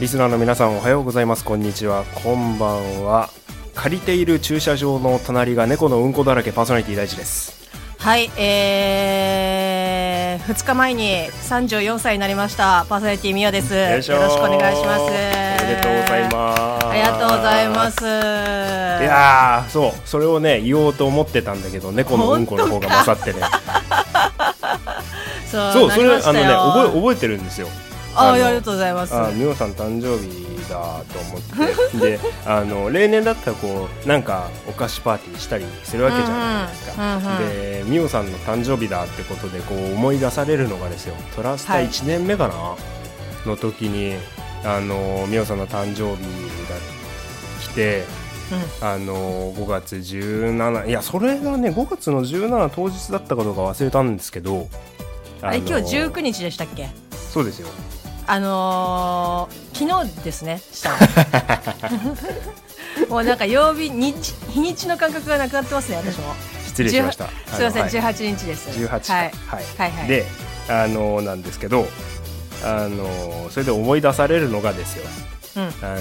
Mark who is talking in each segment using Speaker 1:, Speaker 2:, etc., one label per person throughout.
Speaker 1: リスナーの皆さんおはようございますこんにちはこんばんは借りている駐車場の隣が猫のうんこだらけパーソナリティ大事です
Speaker 2: はい、えー、2日前に34歳になりましたパーソナリティミヤですよ
Speaker 1: よいょー
Speaker 2: ろしくお願いします
Speaker 1: おめでとうございます
Speaker 2: ありがとうございます
Speaker 1: いやーそうそれをね言おうと思ってたんだけど猫のうんこの方が勝ってね
Speaker 2: そう
Speaker 1: そうそれ
Speaker 2: な
Speaker 1: あ
Speaker 2: りました
Speaker 1: のね
Speaker 2: よ
Speaker 1: 覚え覚えてるんですよ
Speaker 2: ああ
Speaker 1: の
Speaker 2: りがとうございます
Speaker 1: あ美穂さん誕生日だと思ってであの例年だったらこうなんかお菓子パーティーしたりするわけじゃないですか、
Speaker 2: うんうんうんうん
Speaker 1: で美穂さんの誕生日だってことでこう思い出されるのがですよトラスタ
Speaker 2: はい
Speaker 1: 1年目かな、の時にあの美穂さんの誕生日が来て
Speaker 2: う
Speaker 1: あの5月17いやそれがね5月の17当日だったかどうか忘れたんですけど
Speaker 2: ん、あれ
Speaker 1: の
Speaker 2: 今日19日でしたっけ
Speaker 1: そうですよ
Speaker 2: あのー、昨日ですねした のもうなんか曜日日日にちの感覚がなくなってますね私も
Speaker 1: 失礼しました
Speaker 2: すいま
Speaker 1: あ
Speaker 2: せん、
Speaker 1: のはい
Speaker 2: 18日です
Speaker 1: 18か
Speaker 2: はい
Speaker 1: はい
Speaker 2: はいはい
Speaker 1: であのなんですけどあのそれで思い出されるのがですよ
Speaker 2: うん、
Speaker 1: あの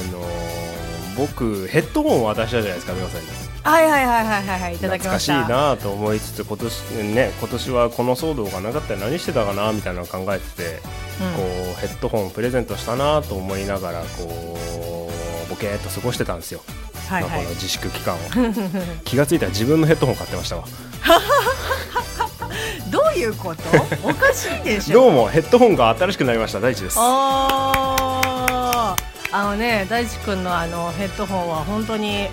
Speaker 1: 僕ヘッドホンを渡したじゃないですか皆さんに
Speaker 2: はいはいはいはいはいはいいただき
Speaker 1: 懐
Speaker 2: ま
Speaker 1: か
Speaker 2: し
Speaker 1: したいなと思いつつ今年,、ね、今年はこの騒動がなかったら何してたかなみたいなのを考えてて、
Speaker 2: うん
Speaker 1: こうヘッドホンプレゼントしたなと思いながらこうボケーっと過ごしてたんですよ、
Speaker 2: はいは
Speaker 1: まあ
Speaker 2: い
Speaker 1: この自粛期間を気がついたら自分のヘッドホン買ってましたわ
Speaker 2: どういうことおかしいでしょ
Speaker 1: どうもヘッドホンが新しくなりました大地です
Speaker 2: あーあのね大地君のあのヘッドホンは本当に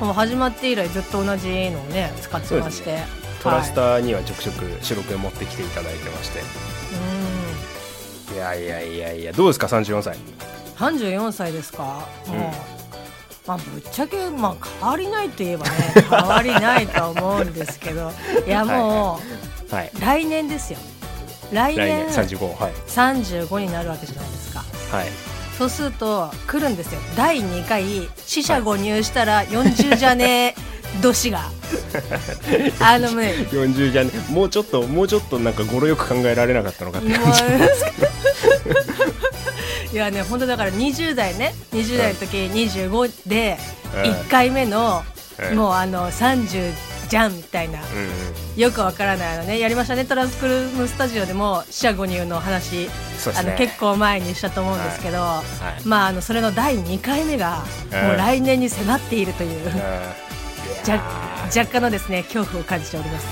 Speaker 2: もう始まって以来ずっと同じのをね使ってまして、
Speaker 1: そうでトラスターにはちょくちょく収録へ持ってきていただいてまして、
Speaker 2: は
Speaker 1: い、やいやいやいやどうですか34歳
Speaker 2: い、うん34歳ですかもう、
Speaker 1: うん
Speaker 2: まあ、ぶっちゃけ、まあ、変わりないといえばね変わりないとは思うんですけどいやも
Speaker 1: はい、
Speaker 2: う来年ですよ
Speaker 1: 来
Speaker 2: 来年
Speaker 1: 年35はい
Speaker 2: 35になるわけじゃないですか
Speaker 1: はい
Speaker 2: そうすると来るんですよ第2回死者誤入したら40じゃ ねえ年があのね
Speaker 1: 40じゃねもうちょっともうちょっとなんか語呂よく考えられなかったのかって
Speaker 2: もう
Speaker 1: 感じ
Speaker 2: いやね本当だから20代ね20代の時25で
Speaker 1: うん
Speaker 2: 1回目の
Speaker 1: うん
Speaker 2: もうあの30じゃんみたいな
Speaker 1: うんうん
Speaker 2: よくわからないあのねやりましたねトランスクルームスタジオでも死者誤入の話
Speaker 1: そうで
Speaker 2: あ
Speaker 1: すね
Speaker 2: の結構前にしたと思うんですけど、
Speaker 1: はい
Speaker 2: まああのそれの第2回目が
Speaker 1: うん
Speaker 2: もう来年に迫っているという。
Speaker 1: じ
Speaker 2: じゃ若干のですね恐怖を感じております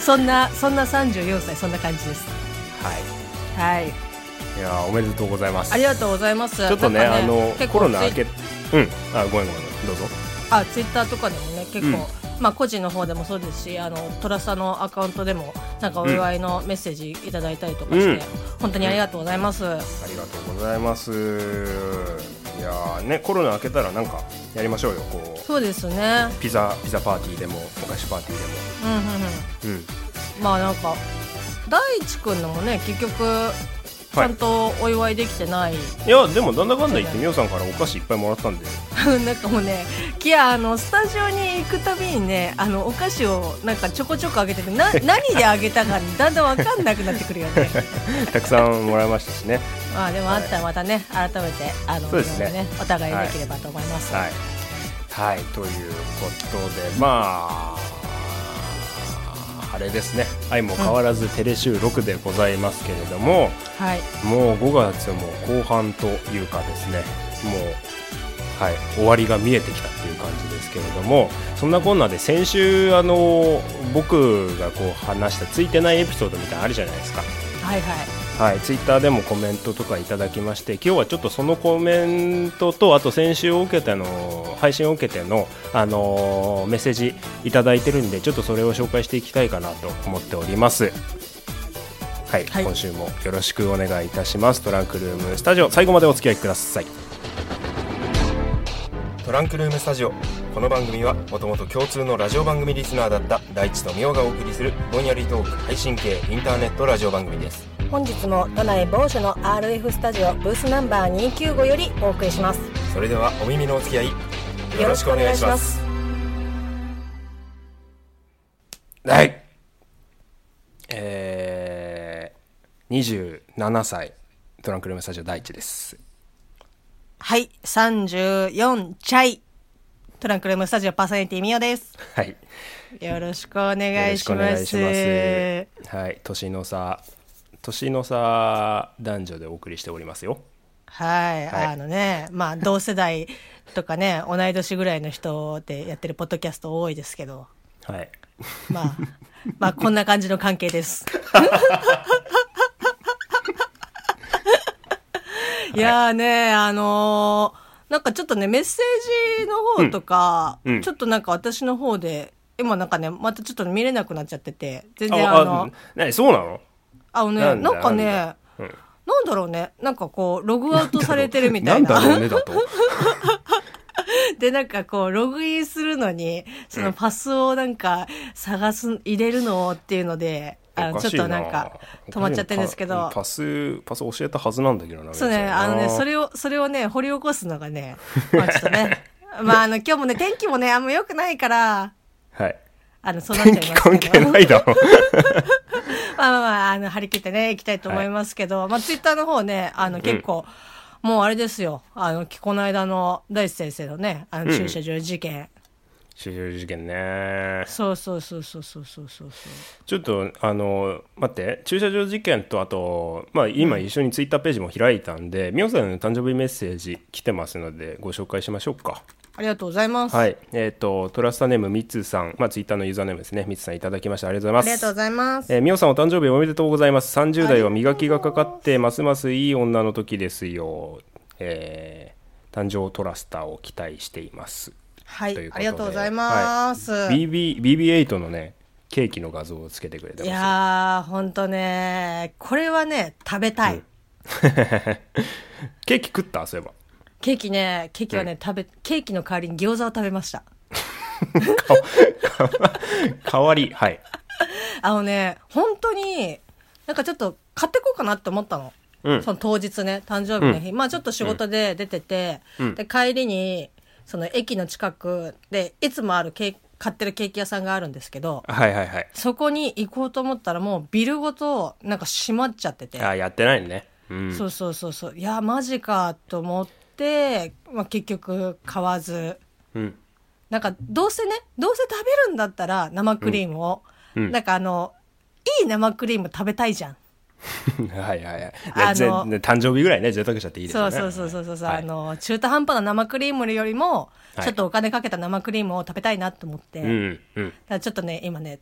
Speaker 2: そんなそんな34歳そんな感じです
Speaker 1: は
Speaker 2: はい
Speaker 1: いいやーおめでとうございます
Speaker 2: ありがとうございます
Speaker 1: ちょっとね
Speaker 2: なんか
Speaker 1: あの
Speaker 2: 結構
Speaker 1: コロナ明
Speaker 2: ツイ
Speaker 1: けうんあごめんごめんごめんどうぞ
Speaker 2: あツイッターとかでもね結構、まあ個人の方でもそうですしあのトラサのアカウントでもなんかお祝いのメッセージいただいたりとかして、
Speaker 1: うん
Speaker 2: 本当にありがとうございます、
Speaker 1: ありがとうございますいやーねコロナ明けたらなんかやりましょうよこ
Speaker 2: そうですね
Speaker 1: うピザピザパーティーでもお菓子パーティー
Speaker 2: うんうんうん
Speaker 1: でもうん
Speaker 2: まあなんか大地君のもね結局ちゃんとお祝いできてない
Speaker 1: い やでもなんだかんだ言ってみよさんからお菓子いっぱいもらったんで
Speaker 2: なんかもうね、キアあのスタジオに行くたびにね、あのお菓子をなんかちょこちょこあげてく る、な何であげたかだんだんわかんなくなってくるよね。
Speaker 1: たくさんもらいましたしね
Speaker 2: まあでもあったらまたね、改めてあの
Speaker 1: そうですね
Speaker 2: いろいろお互いできればと思います。
Speaker 1: はいはいということでまああれですね愛も変わらずテレ収録でございますけれども、
Speaker 2: はい、
Speaker 1: もう5月も後半というかですねもう、はい、終わりが見えてきたっていう感じですけれどもそんなこんなで先週あの僕がこう話したついてないエピソードみたいなのあるじゃないですか。
Speaker 2: はい、はい、
Speaker 1: はい、ツイッターでもコメントとかいただきまして今日はちょっとそのコメントとあと先週受けての配信を受けての、あのーメッセージいただいてるんでちょっとそれを紹介していきたいかなと思っておりますはい、
Speaker 2: はい
Speaker 1: 今週もよろしくお願いいたしますトランクルームスタジオ最後までお付き合いくださいトランクルームスタジオこの番組はもともと共通のラジオ番組リスナーだった大地とみおがお送りするぼんやりトーク配信系インターネットラジオ番組です
Speaker 2: 本日も都内某所の RF スタジオブースナンバー295よりお送りします。
Speaker 1: それではお耳のお付き合いよろしくお願いします。はいえー、27歳トランクルームスタジオ第一です
Speaker 2: はい、34チャイ。トランクルームスタジオパーソナリティみよです。
Speaker 1: はい。
Speaker 2: よろしくお願いし
Speaker 1: よ
Speaker 2: ま
Speaker 1: ろ
Speaker 2: す。
Speaker 1: しくお願いします。はい、年の差、年の差男女でお送りしておりますよ。
Speaker 2: はい、
Speaker 1: はい
Speaker 2: あのね、まあ、同世代とかね、同い年ぐらいの人でやってるポッドキャスト多いですけど、
Speaker 1: はい。
Speaker 2: まあ、まあ、こんな感じの関係です。いやーね、あのーなんかちょっとね、メッセージの方とか、
Speaker 1: うんうん
Speaker 2: ちょっとなんか私の方で、今なんかね、またちょっと見れなくなっちゃってて、全然あの、あ
Speaker 1: あ、何そうなの？
Speaker 2: のね、
Speaker 1: な
Speaker 2: なんん
Speaker 1: だ
Speaker 2: かね、
Speaker 1: な
Speaker 2: なん
Speaker 1: うん
Speaker 2: んだろうね、なんかこう、ログアウトされてるみた
Speaker 1: ないん
Speaker 2: な。
Speaker 1: だろうねだと。
Speaker 2: で、なんかこう、ログインするのに、そのパスをなんか、探す、入れるのっていうので、あ
Speaker 1: お
Speaker 2: の、ち
Speaker 1: か
Speaker 2: ょっ
Speaker 1: しいな
Speaker 2: となんか、止まっちゃってるんですけ
Speaker 1: パ
Speaker 2: ど、
Speaker 1: パスパス教えたはずなんだけどな。
Speaker 2: そうね、あのね、そ
Speaker 1: れ
Speaker 2: れを、それをね、掘り起こすのがね、まあちょっとね、 まああの、今日もね、天気もね、あんま良くないから、
Speaker 1: はい。
Speaker 2: あの、そうなっちゃい
Speaker 1: 天
Speaker 2: ます
Speaker 1: 気
Speaker 2: けど。
Speaker 1: 関係ないだろ。
Speaker 2: まあまあまあ、あの、張り切ってね、行きたいと思いますけど、まあ、ツイッターの方ね、あの、結構、もうあれですよ、あの、きこの間の大地先生のね、あの、駐車場事件。
Speaker 1: 収集事件ね。
Speaker 2: そうそうそうそうそうそうそうそう。
Speaker 1: ちょっとあの待って駐車場事件とあと、まあ、今一緒にツイッターページも開いたんで、みおさんの誕生日メッセージ来てますのでご紹介しましょうか。
Speaker 2: ありがとうございます。
Speaker 1: はい、えっ、とトラスタネームみつさん、まあツイッターのユーザーネームですね。みつさんいただきましたありがとうご
Speaker 2: あ
Speaker 1: ざ
Speaker 2: り
Speaker 1: います
Speaker 2: がとう。ございます。
Speaker 1: えー、みおさんお誕生日おめでとうございます30代は磨きがかかってますますいい女の時ですよ、えー誕生トラスターを期待しています
Speaker 2: はい
Speaker 1: ということで
Speaker 2: ありがとうございます。い
Speaker 1: BB BB8 のねケーキの画像をつけてくれてます
Speaker 2: やー、ほんとね、これはね、食べた い。
Speaker 1: ケーキ食ったそういえば
Speaker 2: ケーキね、ケーキはね、食べ、ケーキの代わりに餃子を食べました。
Speaker 1: 代わりはい
Speaker 2: あのね、本当に、なんかちょっと買ってこうかなって思ったの。
Speaker 1: うん
Speaker 2: その当日ね、誕生日の日。まあちょっと仕事で出てて、
Speaker 1: うん
Speaker 2: で、帰りに、その駅の近くで、いつもあるケーキ、買ってるケーキ屋さんがあるんですけど、
Speaker 1: はいはいはい
Speaker 2: そこに行こうと思ったらもうビルごと、なんか閉まっちゃってて。
Speaker 1: あーやってないねうん
Speaker 2: そうそうそうそういやマジかと思って、まあ、結局買わず
Speaker 1: うん
Speaker 2: なんかどうせねどうせ食べるんだったら生クリームを、
Speaker 1: うんうん
Speaker 2: なんかあのいい生クリーム食べたいじゃん、
Speaker 1: はいはいはい
Speaker 2: あの
Speaker 1: ぜ誕生日ぐらいね贅沢しちゃっていいです
Speaker 2: そ
Speaker 1: よ
Speaker 2: う
Speaker 1: ね
Speaker 2: そうそうそうそう、
Speaker 1: はい
Speaker 2: あの中途半端な生クリームよりも
Speaker 1: はい
Speaker 2: ちょっとお金かけた生クリームを食べたいなと思って、
Speaker 1: う
Speaker 2: だか
Speaker 1: んうん
Speaker 2: らちょっとね今ね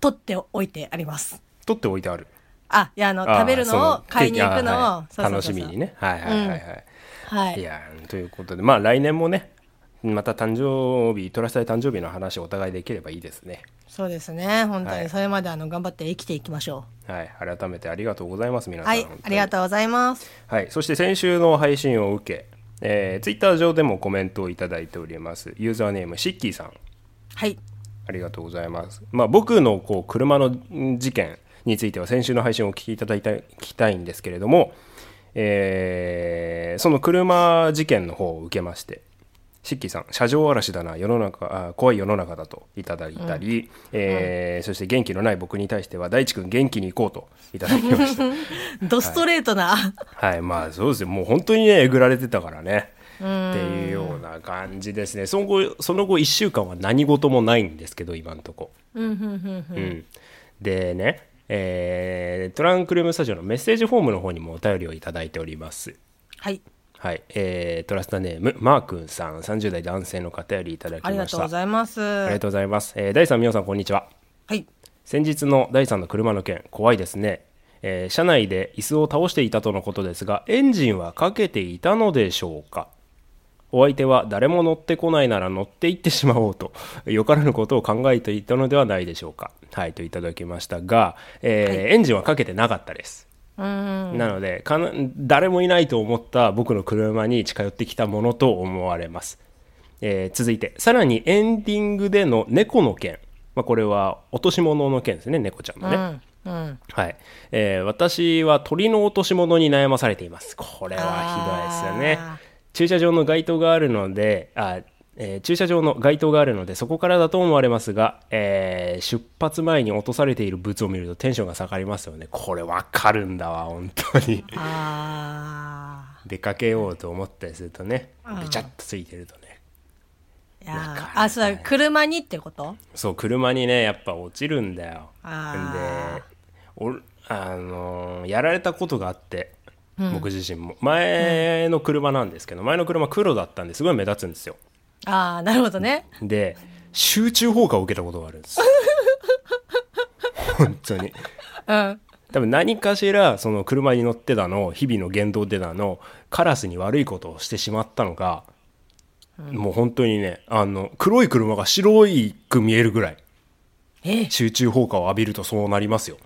Speaker 2: 取っておいてあります
Speaker 1: 取っておいてある
Speaker 2: あいやあの食べる
Speaker 1: あー
Speaker 2: の
Speaker 1: そ
Speaker 2: を買いに行く
Speaker 1: ケーキあー
Speaker 2: の
Speaker 1: は
Speaker 2: を
Speaker 1: い
Speaker 2: そうそう
Speaker 1: 楽
Speaker 2: そ
Speaker 1: し
Speaker 2: うそう
Speaker 1: みにねはいはいはいはい
Speaker 2: はい
Speaker 1: いやーということでまあ来年もねまた誕生日トラスタイ誕生日の話をお互いできればいいですね
Speaker 2: そうですね本当
Speaker 1: はい
Speaker 2: にそれまであの頑張って生きていきましょ
Speaker 1: はい改めてありがとうございます皆
Speaker 2: う
Speaker 1: さん、
Speaker 2: はい
Speaker 1: 本当
Speaker 2: あ
Speaker 1: に
Speaker 2: りがとうございます
Speaker 1: はい、そして先週の配信を受け、えー、ツイッター上でもコメントをいただいておりますユーザーネームシッキーさん
Speaker 2: はい
Speaker 1: ありがとうございます。まあ、僕のこう車のん事件については先週の配信をお聞きいただいた聞きたいんですけれども、えーその車事件の方を受けまして、シッキーさん、車上荒らしだな、世の中あ怖い世の中だといただいたり、えーそして元気のない僕に対しては、大地君、元気に行こうといただきました。
Speaker 2: ドストレートな、
Speaker 1: はい、まあそうですよ。もう本当にね、えぐられてたからね。っていうような感じですね。その後、その後1週間は何事もないんですけど、今のとこ。うんでね、えートランクルームスタジオのメッセージフォームの方にもお便りをいただいております。
Speaker 2: はい
Speaker 1: はい、えートラスタネーム、マー君さん、30代男性の方よりいただきました。
Speaker 2: ありがとうございます
Speaker 1: ありが
Speaker 2: は
Speaker 1: とうございます。えー、第3、みおさん、こんにちは。
Speaker 2: い
Speaker 1: 先日の第3の車の件怖いですね、えー車内で椅子を倒していたとのことですがエンジンはかけていたのでしょうかお相手は誰も乗ってこないなら乗っていってしまおうと よからぬことを考えていたのではないでしょうかはいといただきましたが、えーエンジンはかけてなかったです
Speaker 2: うーん
Speaker 1: なのでかな誰もいないと思った僕の車に近寄ってきたものと思われます、えー続いてさらにエンディングでの猫の件、まあ、これは落とし物の件ですね猫ちゃんのね、
Speaker 2: うんうん
Speaker 1: はい、えー私は鳥の落とし物に悩まされていますこれはひどいですよね
Speaker 2: あー
Speaker 1: 駐車場の街灯があるのであえー駐車場の街灯があるのでそこからだと思われますが、えー出発前に落とされている物を見るとテンションが下がりますよねこれわかるんだわ本当に
Speaker 2: あ
Speaker 1: 出かけようと思ったりするとねべちゃっとついてるとね
Speaker 2: ーいや
Speaker 1: わかる
Speaker 2: ーあそうだ車にってこと
Speaker 1: そう車にねやっぱ落ちるんだよ
Speaker 2: あー
Speaker 1: でおあのーやられたことがあって、僕自身も前の車なんですけど前の車黒だったんですごい目立つんですよ
Speaker 2: ああなるほどね
Speaker 1: で集中砲火を受けたことがあるんです 本当に
Speaker 2: うん
Speaker 1: 多分何かしらその車に乗ってたの日々の言動でたのカラスに悪いことをしてしまったのか、もう本当にねあの黒い車が白いく見えるぐらい
Speaker 2: え
Speaker 1: 集中砲火を浴びるとそうなりますよ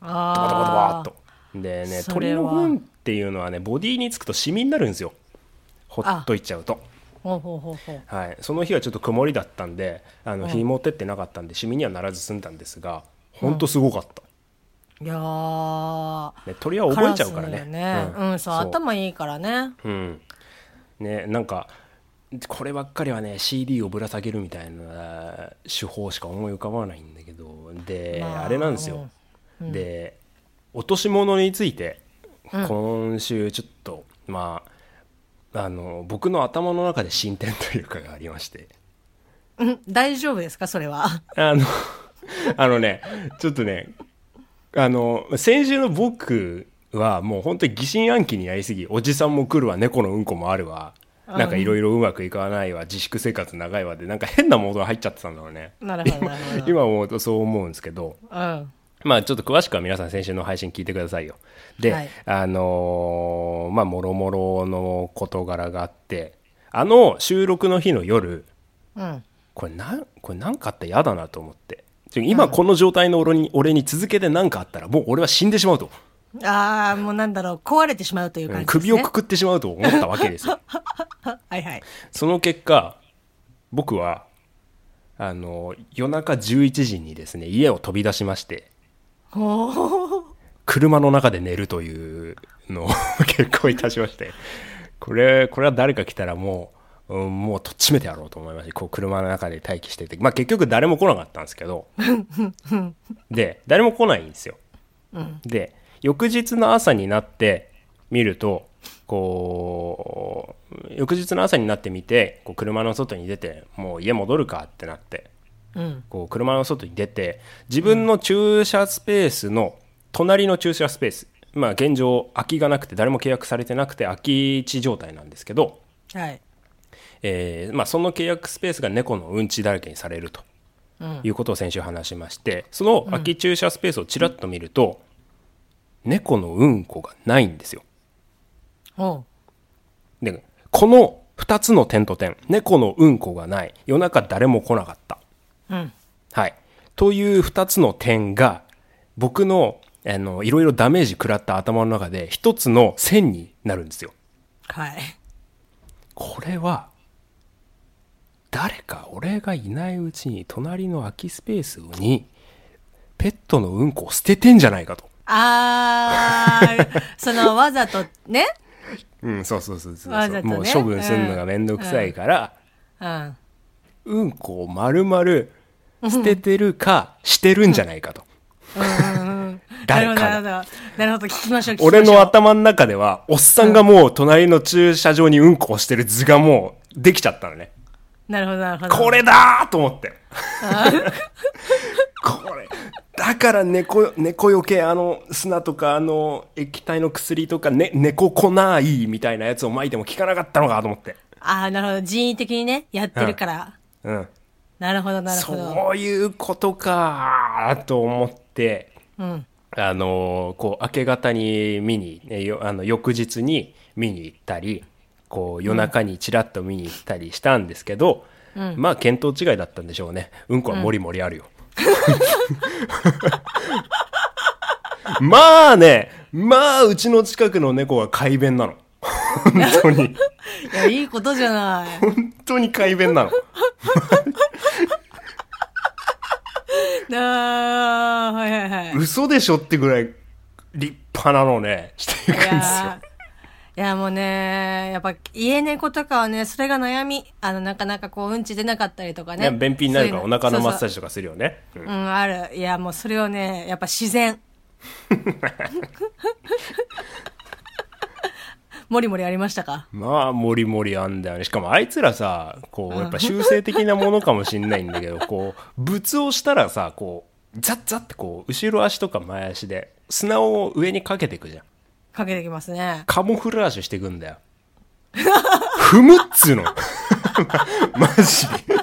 Speaker 1: バタバタバー
Speaker 2: あ
Speaker 1: っ
Speaker 2: あ
Speaker 1: とでね
Speaker 2: そ
Speaker 1: 鳥
Speaker 2: れ
Speaker 1: の
Speaker 2: は
Speaker 1: 糞っていうのはねボディにつくとシミになるんですよほっといちゃうと。
Speaker 2: ほうほうほうほう
Speaker 1: はい、その日はちょっと曇りだったんであの日持ってってなかったんでシミにはならず済んだんですが本当すごかった、
Speaker 2: いやー
Speaker 1: ね、鳥は覚えちゃうからね
Speaker 2: カラスだようん、そう頭いいからね
Speaker 1: うんねなんかこればっかりはね CD をぶら下げるみたいな手法しか思い浮かばないんだけどで、
Speaker 2: まあ
Speaker 1: あ、れなんですよ、で落とし物について今週ちょっと、まああの僕の頭の中で進展というかがありまして
Speaker 2: うん大丈夫ですかそれは
Speaker 1: あの、あのね、ちょっとね、あの、先週の僕はもう本当に疑心暗鬼になりすぎ、おじさんも来るわ、猫のうんこもあるわ、なんかいろいろうまくいかないわ、自粛生活長いわで、なんか変なモードが入っちゃってたんだろうね。
Speaker 2: なるほどなるほど
Speaker 1: 今思うとそう思うんですけど、
Speaker 2: うん
Speaker 1: まあちょっと詳しくは皆さん先週の配信聞いてくださいよ。で、
Speaker 2: はい
Speaker 1: あのーまあもろもろの事柄があって、あの収録の日の夜、
Speaker 2: うん
Speaker 1: これなんこれなんかあったら嫌だなと思ってちょ今この状態の俺に,、俺に続けて何かあったらもう俺は死んでしまうと、
Speaker 2: ああもうなんだろう壊れてしまうという感じです、ね、
Speaker 1: 首をくくってしまうと思ったわけです よ
Speaker 2: はいはい
Speaker 1: その結果僕はあの夜中11時にですね家を飛び出しまして
Speaker 2: おお
Speaker 1: 車の中で寝るというのを 結構いたしましてこれこれは誰か来たらもう、うんもうとっちめてやろうと思いましてこう車の中で待機してて、まあ、結局誰も来なかったんですけどで誰も来ないんですよ、で翌日の朝になって見るとこう翌日の朝になってみてこう車の外に出てもう家戻るかってなって
Speaker 2: うん
Speaker 1: こう車の外に出て自分の駐車スペースの隣の駐車スペース、まあ現状空きがなくて誰も契約されてなくて空き地状態なんですけど、
Speaker 2: はい
Speaker 1: えーまあ、その契約スペースが猫のうんちだらけにされると
Speaker 2: うん
Speaker 1: いうことを先週話しましてその空き駐車スペースをちらっと見ると、猫のうんこがないんですよ。
Speaker 2: おう
Speaker 1: でこの2つの点と点猫のうんこがない夜中誰も来なかった
Speaker 2: うん
Speaker 1: はい。という2つの点が、僕の、あの、いろいろダメージ食らった頭の中で、一つの線になるんですよ。
Speaker 2: はい
Speaker 1: これは、誰か俺がいないうちに、隣の空きスペースに、ペットのうんこを捨ててんじゃないかと。
Speaker 2: あーそのわざとね
Speaker 1: うん、そうそうそうそう
Speaker 2: わざとね
Speaker 1: もう処分するのがめんどくさいから、
Speaker 2: うん
Speaker 1: うん、こを丸々捨ててるか、してるんじゃないかと。誰かが
Speaker 2: なるほどなるほどなるほど聞きましょう聞きましょう
Speaker 1: 俺の頭の中では、おっさんがもう隣の駐車場にうんこをしてる図がもうできちゃったのね。
Speaker 2: なるほどなるほど
Speaker 1: これだーと思って。これ。だから猫、猫よけ、あの、砂とか、あの、液体の薬とか、ね、猫粉ないみたいなやつを撒いても効かなかったのかと思って。
Speaker 2: ああなるほど人為的にねやってるから、
Speaker 1: うん。
Speaker 2: なるほどなるほど
Speaker 1: そういうことかーと思って、
Speaker 2: うん
Speaker 1: あのーこう明け方に見にえよあの翌日に見に行ったりこう夜中にちらっと見に行ったりしたんですけど、まあ見当違いだったんでしょうねうんこはもりもりあるよ、 まあねまあうちの近くの猫は快便なの本当に
Speaker 2: いやいいことじゃない
Speaker 1: 本当に快便なの
Speaker 2: あーはいはいはい。
Speaker 1: 嘘でしょってぐらい立派なのねしていくんですよ
Speaker 2: やーいやもうね、やっぱ家猫とかはね、それが悩み。あの、なかなかこう、うんち出なかったりとかね。
Speaker 1: ね便秘になるからお腹のマッサー
Speaker 2: ジ。
Speaker 1: ジとかするよね。うん
Speaker 2: そうそううん、ある。いやもうそれをね、やっぱ 自然。もりもりありましたか
Speaker 1: まあ、もりもりあんだよね。しかもあいつらさ、こう、やっぱ修正的なものかもしんないんだけど、こう、物をしたらさ、こう、ザッザッってこう、後ろ足とか前足で、砂を上にかけていくじゃん。
Speaker 2: かけてきますね。
Speaker 1: カモフラージュしていくんだよ。踏むっつうの。 マジで。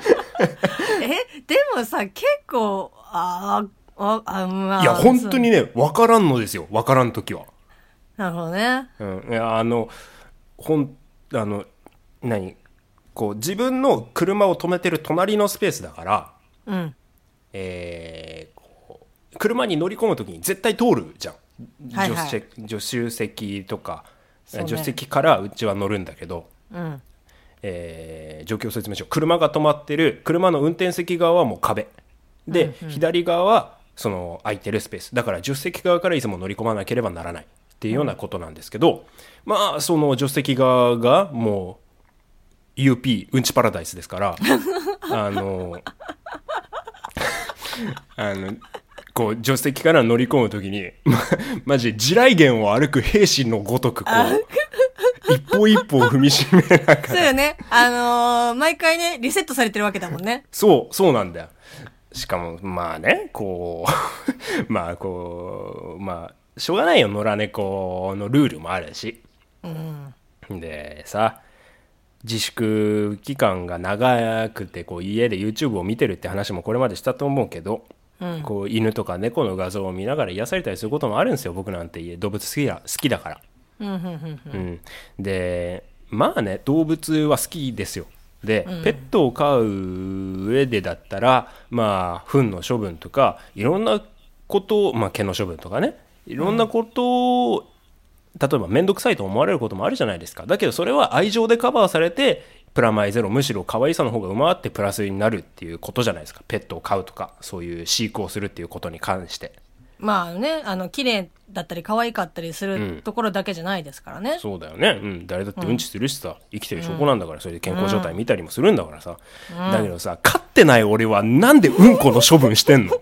Speaker 2: え、でもさ、結構、あーあ、あ、まあ。
Speaker 1: いや、本当
Speaker 2: に。
Speaker 1: にね、わからんのですよ。わからんときは。
Speaker 2: なるほどね。
Speaker 1: うん、いやあのほんあの何こう自分の車を止めてる隣のスペースだから、
Speaker 2: うん。
Speaker 1: えーこう車に乗り込む時に絶対通るじゃん
Speaker 2: はい
Speaker 1: 助
Speaker 2: は
Speaker 1: 手
Speaker 2: い
Speaker 1: 席助手席とか、
Speaker 2: そうね
Speaker 1: 助手席からうちは乗るんだけど、
Speaker 2: うん。
Speaker 1: えー状況説明書車が止まってる車の運転席側はもう壁で、左側はその空いてるスペースだから助手席側からいつも乗り込まなければならないっていうようなことなんですけど、まあその助手席側がもう UP うんちパラダイスですから あのあのこう助手席から乗り込む時に、ま、マジで地雷原を歩く兵士のごとくこう一歩一歩踏みしめながら
Speaker 2: そうよね。あのー毎回ね、リセットされてるわけだもんね。
Speaker 1: そう、そうなんだよ。しかも、まあね、こう、 まあこう、まあ、しょうがないよ、野良猫のルールもあるし。で、さ、自粛期間が長くて、こう、家で YouTube を見てるって話もこれまでしたと思うけど、こう、犬とか猫の画像を見ながら癒されたりすることもあるんですよ、僕なんて家、動物好きだ好きだから。うん、でまあね動物は好きですよで、ペットを飼う上でだったらまあ糞の処分とかいろんなことを、まあ、毛の処分とかねいろんなことを、例えば面倒くさいと思われることもあるじゃないですかだけどそれは愛情でカバーされてプラマイゼロむしろ可愛さの方が上回ってプラスになるっていうことじゃないですかペットを飼うとかそういう飼育をするっていうことに関して
Speaker 2: まあね、あの、綺麗だったり、可愛かったりするところだけじゃないですからね。
Speaker 1: そうだよね、うん、誰だってうんちするしさ、生きてる証拠なんだからそれで健康状態見たりもするんだからさ、だけどさ飼ってない俺はなんでうんこの処分してんの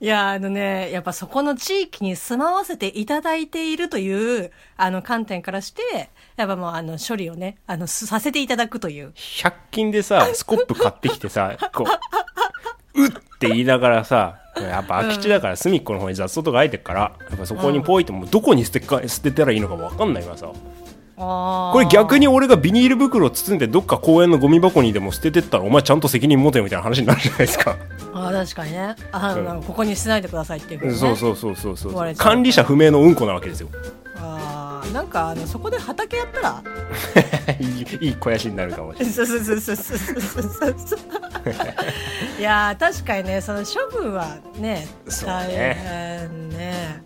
Speaker 2: いや、あのね、やっぱそこの地域に住まわせていただいているという、あの、観点からして、やっぱもう、あの、処理をね、あの、すさせていただくという。
Speaker 1: 100均で さスコップ買ってきてさこう「うっ!」って言いながらさやっぱ空き地だから隅っこの方に雑草とか生えてるからやっぱそこにポイってもうどこに捨てか捨てたらいいのか分かんないからさ
Speaker 2: こ
Speaker 1: これ逆に俺がビニール袋を包んでどっか公園のゴミ箱にでも捨ててったらお前ちゃんと責任持てよみたいな話になるじゃないですか。
Speaker 2: あー確かにね。あの、ここに捨てないでくださいっていうふうに、ね。
Speaker 1: そうそうそうそうそう
Speaker 2: 言われちゃう
Speaker 1: 管理者不明のうんこなわけですよ
Speaker 2: あーなんか、あの、そこで畑やったら、
Speaker 1: いいいい肥やしになるかもしれ
Speaker 2: そうそうそうそうそ うそうそういやー確かにねその処分はね
Speaker 1: そう
Speaker 2: 大
Speaker 1: ね
Speaker 2: 変ね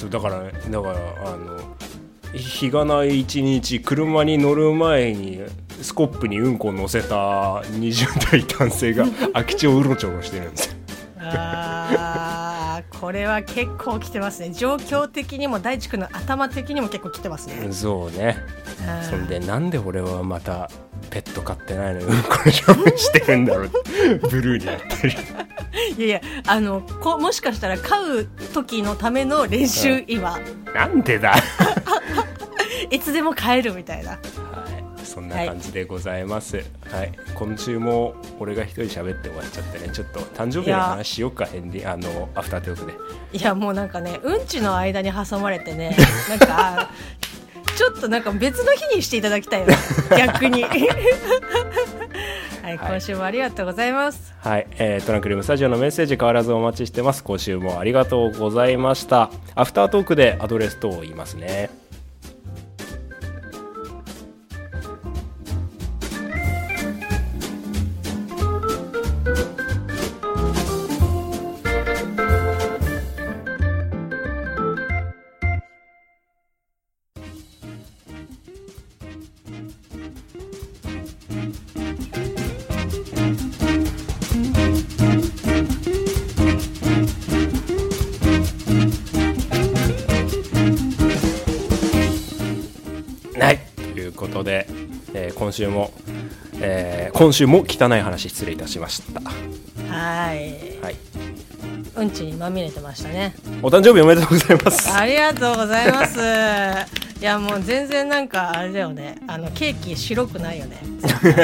Speaker 1: ないだからねだからあの日がない一日車に乗る前にスコップにうんこを乗せた20代男性 が空き地をうろちょろしてるんですよ
Speaker 2: あーこれは結構きてますね状況的にも大地君の頭的にも結構きてますね
Speaker 1: そうね
Speaker 2: うん
Speaker 1: そんでなんで俺はまたペット飼ってないのにうんこの処分してるんだろうってブルーになってる
Speaker 2: いやいやあのこもしかしたら飼う時のための練
Speaker 1: う
Speaker 2: 習今
Speaker 1: なんでだ
Speaker 2: いつでも飼えるみたいな
Speaker 1: はい、そんな感じでございます。はい、今週も俺が一人喋って終わっちゃってね、ちょっと誕生日の話しようか、ヘンディ、あの、アフタートークで。
Speaker 2: いやもうなんかねうんちの間に挟まれてねなんかちょっとなんか別の日にしていただきたいな逆にはい、今週もありがとうございます
Speaker 1: はい、えートランクルームスタジオのメッセージ変わらずお待ちしてます。今週もありがとうございました。アフタートークでアドレス等を言いますね。今週も、えー今週も汚い話失礼いたしました
Speaker 2: はい
Speaker 1: はい
Speaker 2: うんちにまみれてましたね
Speaker 1: お誕生日おめでとうございます
Speaker 2: ありがとうございますいやもう全然なんかあれだよねあのケーキ白くないよね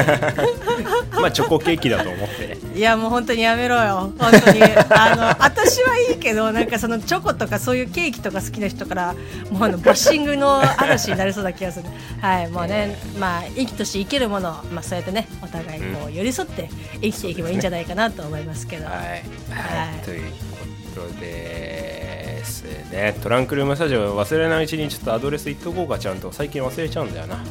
Speaker 1: まあチョコケーキだと思って
Speaker 2: いやもう本当にやめろよ本当にあの私はいいけどなんかそのチョコとかそういうケーキとか好きな人からもうあのバッシングの嵐になりそうな気がするはいもうね、まあ生きとし生けるもの、まあ、そうやってねお互いこう寄り添って生きていけばいいんじゃないかなと思いますけど、
Speaker 1: はい、
Speaker 2: はい
Speaker 1: はい、ということですねトランクルームスタジオ忘れないうちにちょっとアドレス言っとこうかちゃんと最近忘れちゃうんだよな、はい
Speaker 2: うん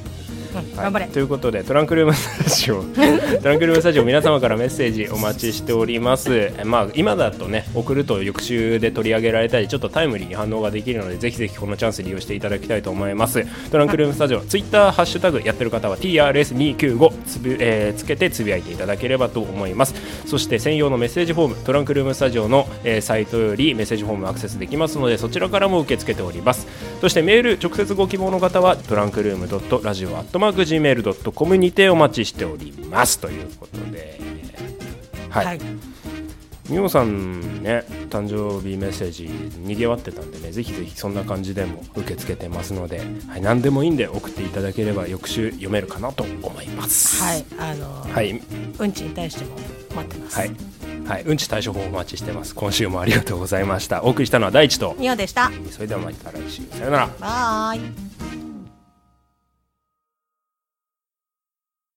Speaker 2: 頑張れ
Speaker 1: ということでトランクルームスタジオ トランクルームスタジオ皆様からメッセージお待ちしておりますえまあ今だとね送ると翌週で取り上げられたりちょっとタイムリーに反応ができるのでぜひぜひこのチャンス利用していただきたいと思いますトランクルームスタジオツイッターハッシュタグやってる方は TRS295 つぶ、えーつけてつぶやいていただければと思いますそして専用のメッセージフォームトランクルームスタジオの、えーサイトよりメッセージフォームアクセスできますのでそちらからも受け付けておりますそしてメール直接ご希望の方はトランクルームドットラジオアットマーク Gmail.com にてお待ちしておりますということではい、
Speaker 2: はい
Speaker 1: みおさんね誕生日メッセージにぎわってたんでねぜひぜひそんな感じでも受け付けてますので、はい、何でもいいんで送っていただければ翌週読めるかなと思います
Speaker 2: はい、あの
Speaker 1: はい
Speaker 2: うんちに対しても待ってます、
Speaker 1: はい、はい、うんち対処法お待ちしてます今週もありがとうございましたお送りしたのは大地と
Speaker 2: ニオでした
Speaker 1: それではまた来週さよなら
Speaker 2: バイ